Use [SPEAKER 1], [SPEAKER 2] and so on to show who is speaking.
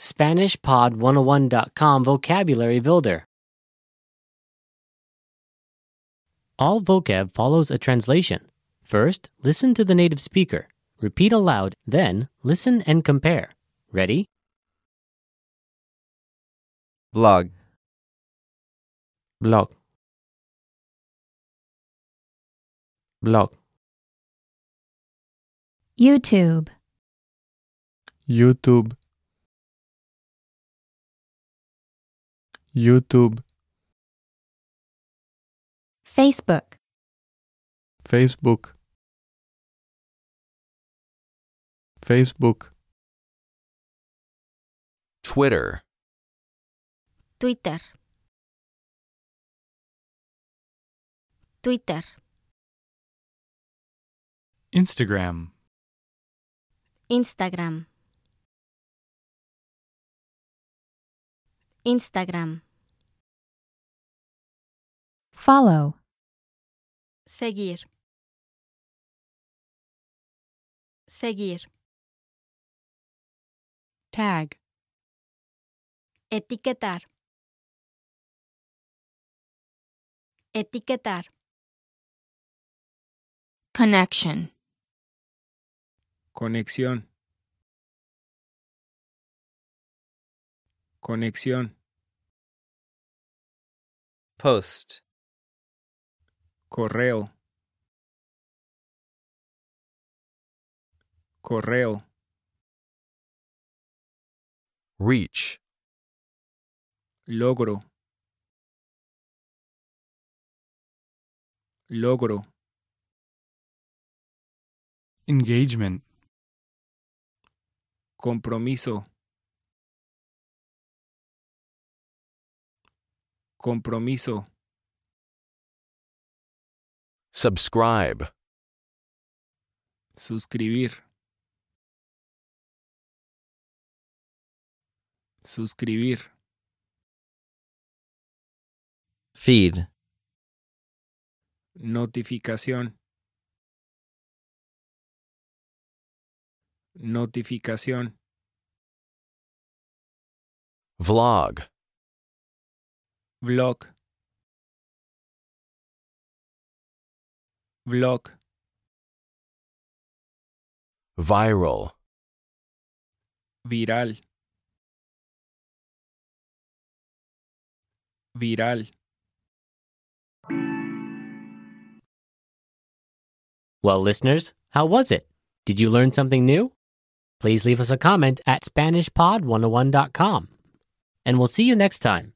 [SPEAKER 1] SpanishPod101.com Vocabulary Builder. All vocab follows a translation. First, listen to the native speaker. Repeat aloud, then, listen and compare. Ready?
[SPEAKER 2] blog,
[SPEAKER 3] blog, blog,
[SPEAKER 4] YouTube,
[SPEAKER 3] YouTube, YouTube,
[SPEAKER 4] Facebook,
[SPEAKER 3] Facebook, Facebook,
[SPEAKER 2] Twitter,
[SPEAKER 4] Twitter, Twitter,
[SPEAKER 5] Instagram,
[SPEAKER 4] Instagram, Instagram. Follow,
[SPEAKER 6] Seguir. Seguir.
[SPEAKER 4] tag,
[SPEAKER 6] Etiquetar. Etiquetar.
[SPEAKER 4] connection,
[SPEAKER 7] Conexión. Conexión.
[SPEAKER 2] post,
[SPEAKER 7] Correo. Correo.
[SPEAKER 2] reach,
[SPEAKER 7] Logro. Logro.
[SPEAKER 5] engagement,
[SPEAKER 7] Compromiso. Compromiso.
[SPEAKER 2] subscribe,
[SPEAKER 7] Suscribir. Suscribir.
[SPEAKER 2] feed,
[SPEAKER 7] Notificación. Notificación.
[SPEAKER 2] vlog,
[SPEAKER 7] Vlog. Vlog.
[SPEAKER 2] viral,
[SPEAKER 7] Viral. Viral.
[SPEAKER 1] Well, listeners, how was it? Did you learn something new? oh Please leave us a comment at SpanishPod101.com. And we'll see you next time.